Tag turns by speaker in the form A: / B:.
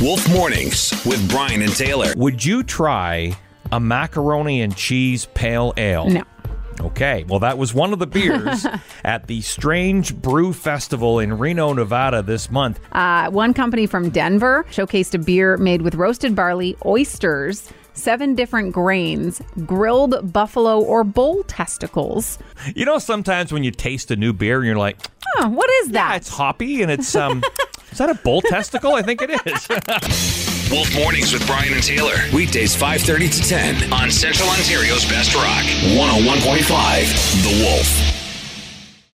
A: Wolf Mornings with Brian and Taylor.
B: Would you try a macaroni and cheese pale ale?
C: No.
B: Okay, well, that was one of the beers at the Strange Brew Festival in Reno, Nevada this month.
C: Uh, one company from Denver showcased a beer made with roasted barley, oysters, seven different grains, grilled buffalo or bull testicles.
B: You know, sometimes when you taste a new beer and you're like,
C: Huh, what is
B: ah,
C: that?
B: it's hoppy and it's, um, is that a bull testicle? I think it is.
A: Wolf Mornings with Brian and Taylor. Weekdays 5:30 to 10 on Central Ontario's Best Rock 101.5 The Wolf.